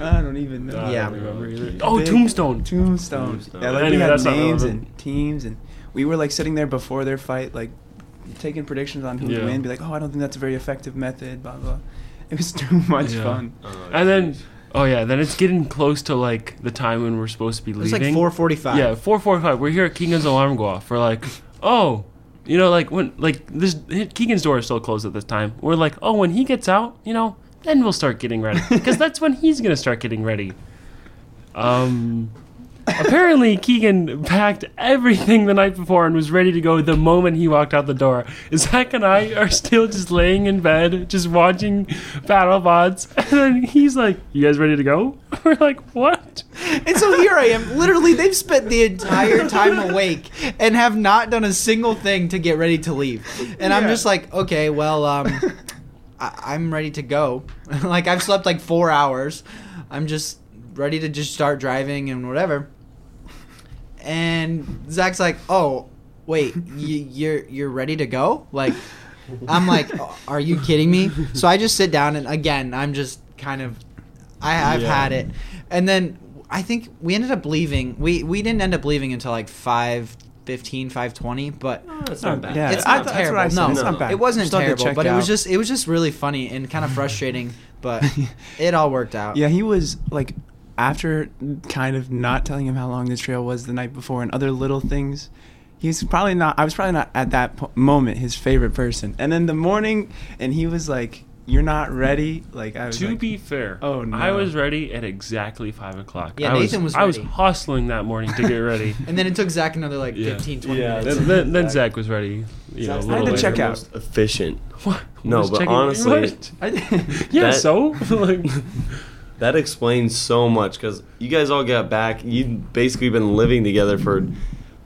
I don't even know.
I
Yeah.
don't remember either. Oh,
Big
Tombstone.
Tombstone.
Tombstone.
Yeah, like
Anyway,
we had
that's not
names
relevant.
and teams, and we were like sitting there before their fight, like taking predictions on who
Yeah.
would win. Be like, oh, I don't think that's a very effective method. Blah blah. It was too much
Yeah.
fun.
And then, oh yeah, then it's getting close to like the time when we're supposed to be
It was
leaving.
like 4:45.
Yeah, four forty-five. We're here at Keegan's alarm go off. We're like, oh, you know, like when like this Keegan's door is still closed at this time. We're like, oh, when he gets out, you know, then we'll start getting ready because that's when he's gonna start getting ready. Um. Apparently, Keegan packed everything the night before and was ready to go the moment he walked out the door. Zach and I are still just laying in bed, just watching BattleBots, and then he's like, "You guys ready to go?" We're like, "What?"
And so here I am. Literally, they've spent the entire time awake and have not done a single thing to get ready to leave. And I'm
Yeah.
just like, okay, well, um, I- I'm ready to go. like I've slept like four hours. I'm just ready to just start driving and whatever. And Zach's like, oh, wait, y- you're you're ready to go? Like, I'm like, are you kidding me? So I just sit down and again, I'm just kind of, I, I've
Yeah.
had it. And then I think we ended up leaving. We we didn't end up leaving until like five fifteen, five twenty, but
it's not bad.
Oh, Yeah,
it's not
I thought- that's
terrible.
what I said.
No,
It's not bad.
it wasn't
Just thought they
terrible,
checked
but it was
out.
just it was just really funny and kind of frustrating. But it all worked out.
Yeah, he was like after kind of not telling him how long the trail was the night before and other little things. He's probably not. I was probably not at that po- moment his favorite person. And then the morning, and he was like, "You're not ready." Like I was
To
like,
be fair,
Oh, no.
I was ready at exactly five o'clock.
Yeah,
I
Nathan was
I was
ready.
hustling that morning to get ready.
And then it took Zach another like
Yeah.
fifteen, twenty 15, 20
Yeah,
minutes.
then, then, then Zach was ready. You know, a
Zach's- I
little
had to
later.
check out.
Most efficient.
What?
No,
Was
but
checking-
honestly-
What?
I,
yeah.
that-
so, like,
That explains so much because you guys all got back. You've basically been living together for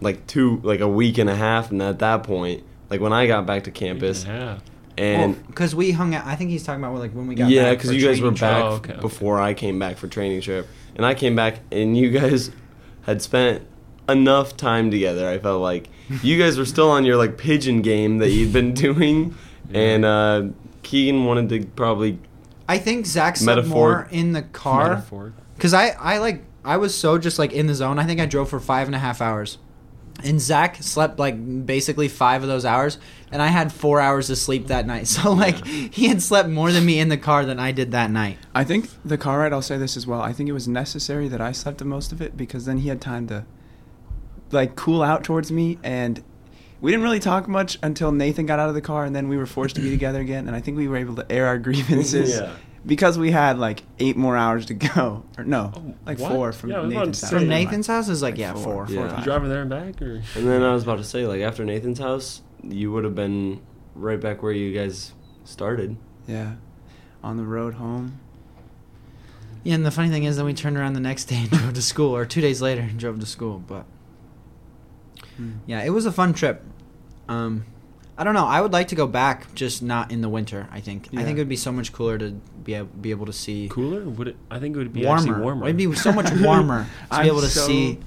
like two, like a week and a half, and at that point, like when I got back to campus,
yeah,
and
because we hung out. I think he's talking about like when we got
yeah,
back
because
for
you guys were
training trip.
back
Oh, okay, okay.
before I came back for training trip, and I came back, and you guys had spent enough time together. I felt like you guys were still on your like pigeon game that you'd been doing, and uh, Keegan wanted to probably
I think Zach slept
Metaphor-
more in the car
metaphor.
because I I like I was so just like in the zone. I think I drove for five and a half hours. And Zach slept like basically five of those hours, and I had four hours of sleep that night. So like he had slept more than me in the car than I did that night.
I think the car ride. I'll say this as well. I think it was necessary that I slept the most of it because then he had time to like cool out towards me, and we didn't really talk much until Nathan got out of the car, and then we were forced to be together again. And I think we were able to air our grievances
Yeah.
because we had like eight more hours to go, or no, like
Oh, what?
four from
Yeah, I was about
Nathan's
to
house.
say.
From Nathan's house is like,
Like
yeah, four.
four.
four
Yeah.
or
You
five.
You driving there and back, or
And then I was about to say, like after Nathan's house, you would have been right back where you guys started.
Yeah, on the road home.
Yeah, and the funny thing is, then we turned around the next day and drove to school, or two days later and drove to school. But
Hmm.
yeah, it was a fun trip. Um, I don't know. I would like to go back, just not in the winter. I think. I
Yeah.
think it would be so much cooler to be able, be able to see
cooler? Would it? I think it would be
warmer.
actually warmer.
It'd be so much warmer to
I'm
be able to
so-
see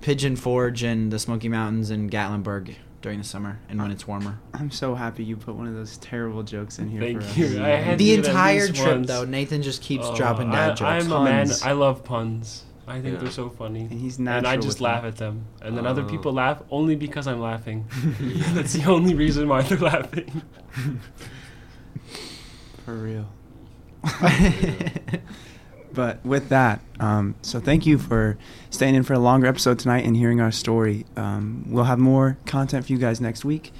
Pigeon Forge and the Smoky Mountains and Gatlinburg during the summer and when it's warmer.
I'm so happy you put one of those terrible jokes in here.
Thank
for
you.
Us.
I had
The
to do that at
entire
least
trip,
once.
though, Nathan just keeps
Oh,
dropping dad jokes.
I, I'm a man.
Puns.
I love puns. I think
Yeah.
they're so funny.
And he's
and I
natural
just
with
laugh
them.
at them, and then other
Oh.
people laugh only because I'm laughing. That's the only reason why they're laughing.
for real. But with that, um, so thank you for staying in for a longer episode tonight and hearing our story. Um, we'll have more content for you guys next week.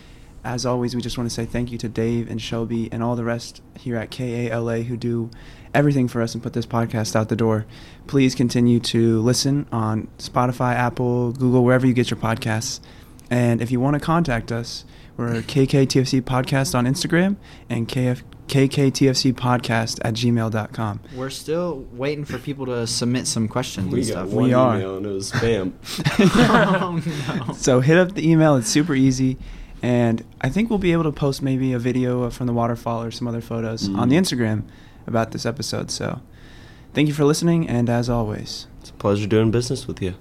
As always, we just want to say thank you to Dave and Shelby and all the rest here at KALA who do everything for us and put this podcast out the door. Please continue to listen on Spotify, Apple, Google, wherever you get your podcasts. And if you want to contact us, we're KKTFC Podcast on Instagram and KF- KKTFC Podcast at gmail.com.
We're still waiting for people to submit some questions
We
and
got
stuff.
one
We are.
email and it was spam.
oh no.
So hit up the email. It's super easy. And I think we'll be able to post maybe a video from the waterfall or some other photos on the Instagram about this episode. So
Thank you for listening, and as always,
It's a pleasure doing business with you.